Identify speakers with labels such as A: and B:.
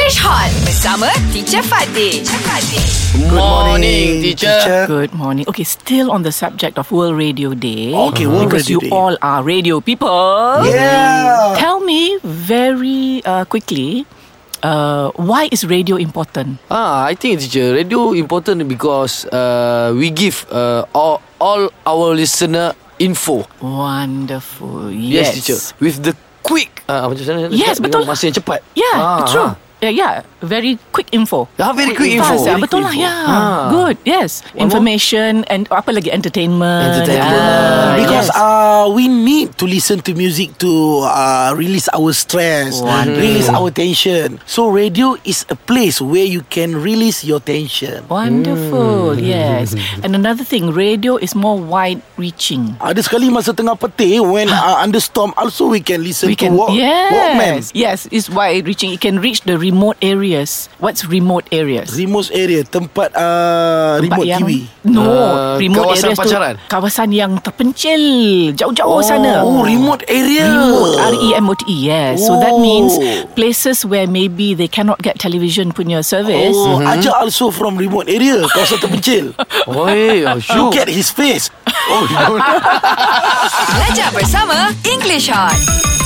A: Fresh Hot bersama Teacher Fatih. Teacher Fatih.
B: Good morning, teacher.
C: Good morning. Okay, still on the subject of World Radio Day.
B: Okay, World
C: because
B: Radio
C: you
B: Day.
C: all are radio people.
D: Ah,
B: Yeah.
C: Tell me very uh, quickly, uh, why is radio important?
B: Ah, I think teacher radio important because uh, we give uh, all, all our listener info.
C: Wonderful. Yes,
B: teacher. With the quick. Ah, macam mana? nak
C: Yes,
B: cakap?
C: betul.
B: Dengan Masa yang cepat.
C: Yeah,
B: Ah,
C: true.
B: ah.
C: Yeah, yeah, very quick info.
B: Ah, very quick info.
C: Fast, ah,
B: Very
C: betul
B: quick
C: lah,
B: info. Ah.
C: yeah. Good,
B: One
C: yes.
B: more?
C: Information and apa lagi entertainment.
B: Entertainment.
C: Ah,
D: Because
C: yes.
D: uh, we need to listen to music to uh, release our stress,
C: Wonderful.
D: release our tension. So radio is a place where you can release your tension.
C: Wonderful,
B: Hmm.
C: yes. And another thing, radio is more wide-reaching.
D: Ada sekali masa tengah petang when uh, under storm also we can listen to walk,
C: yes,
D: Walkman.
C: yes, it's wide-reaching. It can reach the remote areas. What's remote areas?
D: Remote area tempat uh,
C: Tempat
D: remote
C: yang-
D: TV.
C: No,
B: Uh,
C: remote
B: kawasan
C: areas
B: pacaran?
C: tu kawasan yang terpencil, jauh-jauh sana.
D: Oh, remote area.
C: Remote, E R-E-M-O-T-E, yes. So that means
D: Oh.
C: places where maybe they cannot get television punya service.
D: Oh, Aja also from remote area Kawasan terpencil
B: Oi,
D: You
B: oh, sure.
D: get his face
A: Belajar bersama English Hot.